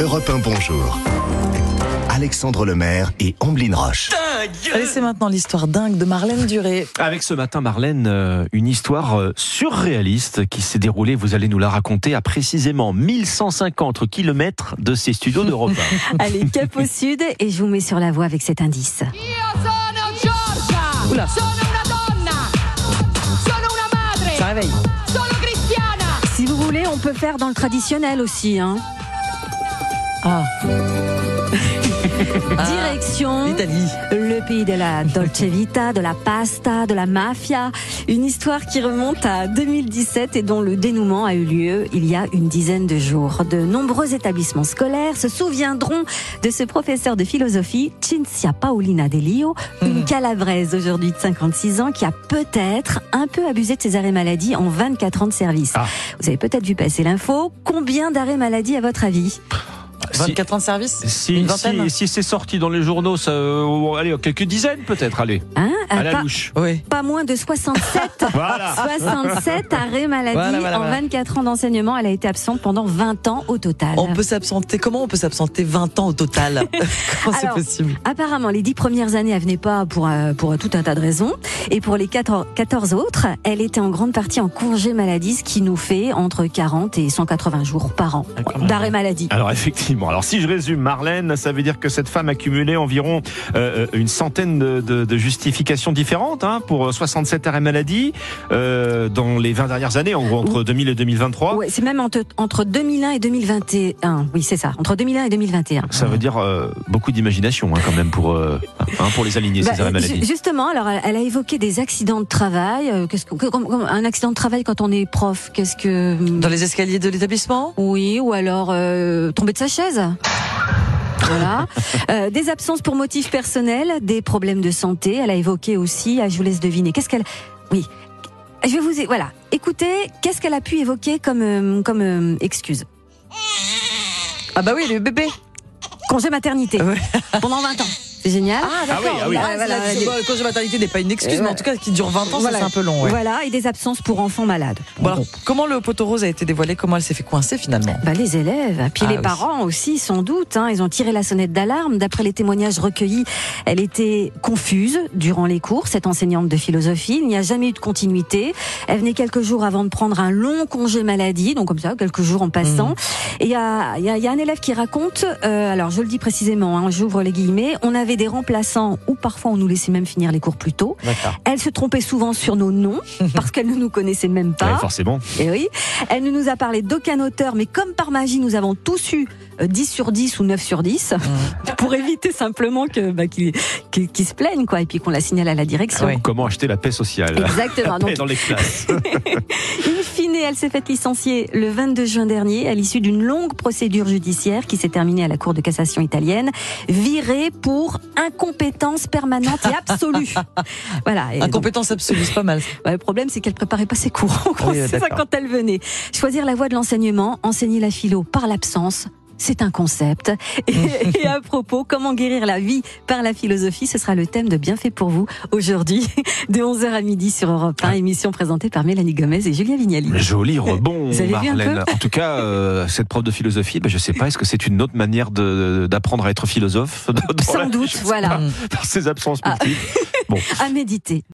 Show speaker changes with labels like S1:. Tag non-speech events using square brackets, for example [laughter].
S1: Europe 1 Bonjour. Alexandre Lemaire et Amblin Roche.
S2: Allez, c'est maintenant l'histoire dingue de Marlène Duré.
S3: Avec ce matin, Marlène, euh, une histoire euh, surréaliste qui s'est déroulée, vous allez nous la raconter, à précisément 1150 km de ces studios d'Europe.
S4: Allez, cap au sud et je vous mets sur la voie avec cet indice.
S5: Sono Giorgia!
S2: Oula.
S5: Sono una donna! Sono una madre!
S2: Ça réveille.
S5: Sono cristiana!
S4: Si vous voulez, on peut faire dans le traditionnel aussi. Hein.
S2: Ah,
S4: Direction
S2: l'Italie.
S4: le pays de la dolce vita, de la pasta, de la mafia. Une histoire qui remonte à 2017 et dont le dénouement a eu lieu il y a une dizaine de jours. De nombreux établissements scolaires se souviendront de ce professeur de philosophie, Cinzia Paolina Delio, une Calabraise aujourd'hui de 56 ans qui a peut-être un peu abusé de ses arrêts maladie en 24 ans de service.
S3: Ah.
S4: Vous avez peut-être vu passer l'info. Combien d'arrêts maladie à votre avis
S3: Si,
S2: 24 ans de service
S3: [laughs] si,
S2: Une vingtaine
S3: si- si c'est sorti dans les journaux, ça, euh, allez, quelques dizaines peut-être, allez,
S4: hein
S3: à la
S4: Pas-
S3: louche.
S2: Oui.
S4: pas moins de
S2: [laughs]
S4: 67
S3: Voilà.
S4: 67 arrêts maladie
S2: Voilà, voilà,
S4: en
S2: voilà.
S4: 24 ans d'enseignement. Elle a été absente pendant 20 ans au total.
S2: On peut s'absenter. Comment on peut s'absenter 20 ans au [laughs] total Comment c'est
S4: Alors,
S2: possible
S4: Apparemment, les 10 premières années, elle venait pas pour, euh, pour tout un tas de raisons. Et pour les 14, 14 autres, elle était en grande partie en congé maladie, ce qui nous fait entre 40 et 180 jours par an d'arrêt maladie.
S3: Alors effectivement, alors si je résume Marlène, ça veut dire que cette femme a cumulé environ euh, une centaine de, de- de justifications différentes hein, pour 67 arrêts maladie euh, dans les 20 dernières années, en gros entre 2000 et
S2: Ah.
S3: 2023.
S4: Ouais, c'est même entre, entre 2001 et 2021. Oui, c'est ça. Entre 2001 et 2021.
S3: Ça veut dire euh, beaucoup d'imagination hein, quand même pour, euh, hein, pour les aligner,
S4: Bah,
S3: ces arrêts maladie.
S4: ju- justement, alors elle- elle a évoqué des accidents de travail. Euh, Qu'est-ce que, comme- comme un accident de travail quand on est prof, qu'est-ce que
S2: Dans les escaliers de l'établissement
S4: Oui, ou alors euh, tomber de sa chaise.
S3: [laughs]
S4: Voilà. Euh, des absences pour motifs personnels, des problèmes de santé. Elle a évoqué aussi. ah, je vous laisse deviner. Qu'est-ce qu'elle Oui. Je vais vous voilà. Écoutez, qu'est-ce qu'elle a pu évoquer comme euh, comme euh, excuse
S2: Ah bah oui, le bébé.
S4: Congé maternité
S2: Ouais.
S4: [laughs] pendant 20 ans. C'est génial.
S3: d'accord. Ah oui, ah oui.
S2: Ah,
S4: voilà,
S2: c'est-
S4: des-
S2: bon, le congé maternité n'est pas une excuse,
S4: Euh,
S2: mais en tout cas, qui dure 20 ans, ça,
S4: Voilà.
S2: c'est un peu long. ouais.
S4: Voilà, et des absences pour enfants malades.
S2: Bon, alors, comment le poteau rose a été dévoilé Comment elle s'est fait coincer finalement
S4: Bah, les élèves, puis
S2: Ah
S4: les
S2: oui.
S4: parents aussi, sans doute. hein. ils ont tiré la sonnette d'alarme. D'après les témoignages recueillis, elle était confuse durant les cours, cette enseignante de philosophie. Il n'y a jamais eu de continuité. Elle venait quelques jours avant de prendre un long congé maladie, donc comme ça, quelques jours en passant. Et il y a, il y a- il y a un élève qui raconte, euh, alors je le dis précisément, hein, j'ouvre les guillemets, on avait des remplaçants ou parfois on nous laissait même finir les cours plus tôt.
S2: D'accord.
S4: Elle se trompait souvent sur nos noms parce qu'elle ne nous connaissait même
S3: Ouais,
S4: pas.
S3: forcément.
S4: Et Eh oui, elle ne nous a parlé d'aucun auteur, mais comme par magie, nous avons tous eu euh, 10 sur 10 ou 9 sur 10 [laughs] pour éviter simplement que bah, qu'ils qu'ils- qu'ils se plaignent quoi, et puis qu'on la signale à la direction.
S2: Ouais.
S3: Comment acheter la paix sociale
S4: Exactement. bah, Donc,
S3: Et dans les classes.
S4: in fine, elle s'est faite licencier le 22 juin dernier à l'issue d'une longue procédure judiciaire qui s'est terminée à la Cour de cassation italienne, virée pour incompétence permanente et absolue. voilà. Et donc,
S2: Incompétence absolue, c'est pas mal.
S4: Bah, le problème, c'est qu'elle préparait pas ses cours. [laughs] En gros,
S2: Oui,
S4: c'est ça
S2: d'accord.
S4: quand elle venait. Choisir la voie de l'enseignement, enseigner la philo par l'absence. C'est un concept.
S2: [laughs]
S4: Et, et à propos, comment guérir la vie par la philosophie Ce sera le thème de Bien fait pour vous aujourd'hui, de 11h à midi sur Europe 1, émission présentée par Mélanie Gomez et Julien Vignali.
S3: Joli rebond,
S4: Vous avez vu un
S3: Marlène. En tout cas, euh, cette prof de philosophie, ben, je sais pas, est-ce que c'est une autre manière de- d'apprendre à être philosophe dans, dans
S4: Sans Ah.
S3: la-
S4: doute, voilà,
S3: dans ses absences multiples Bon.
S4: à méditer.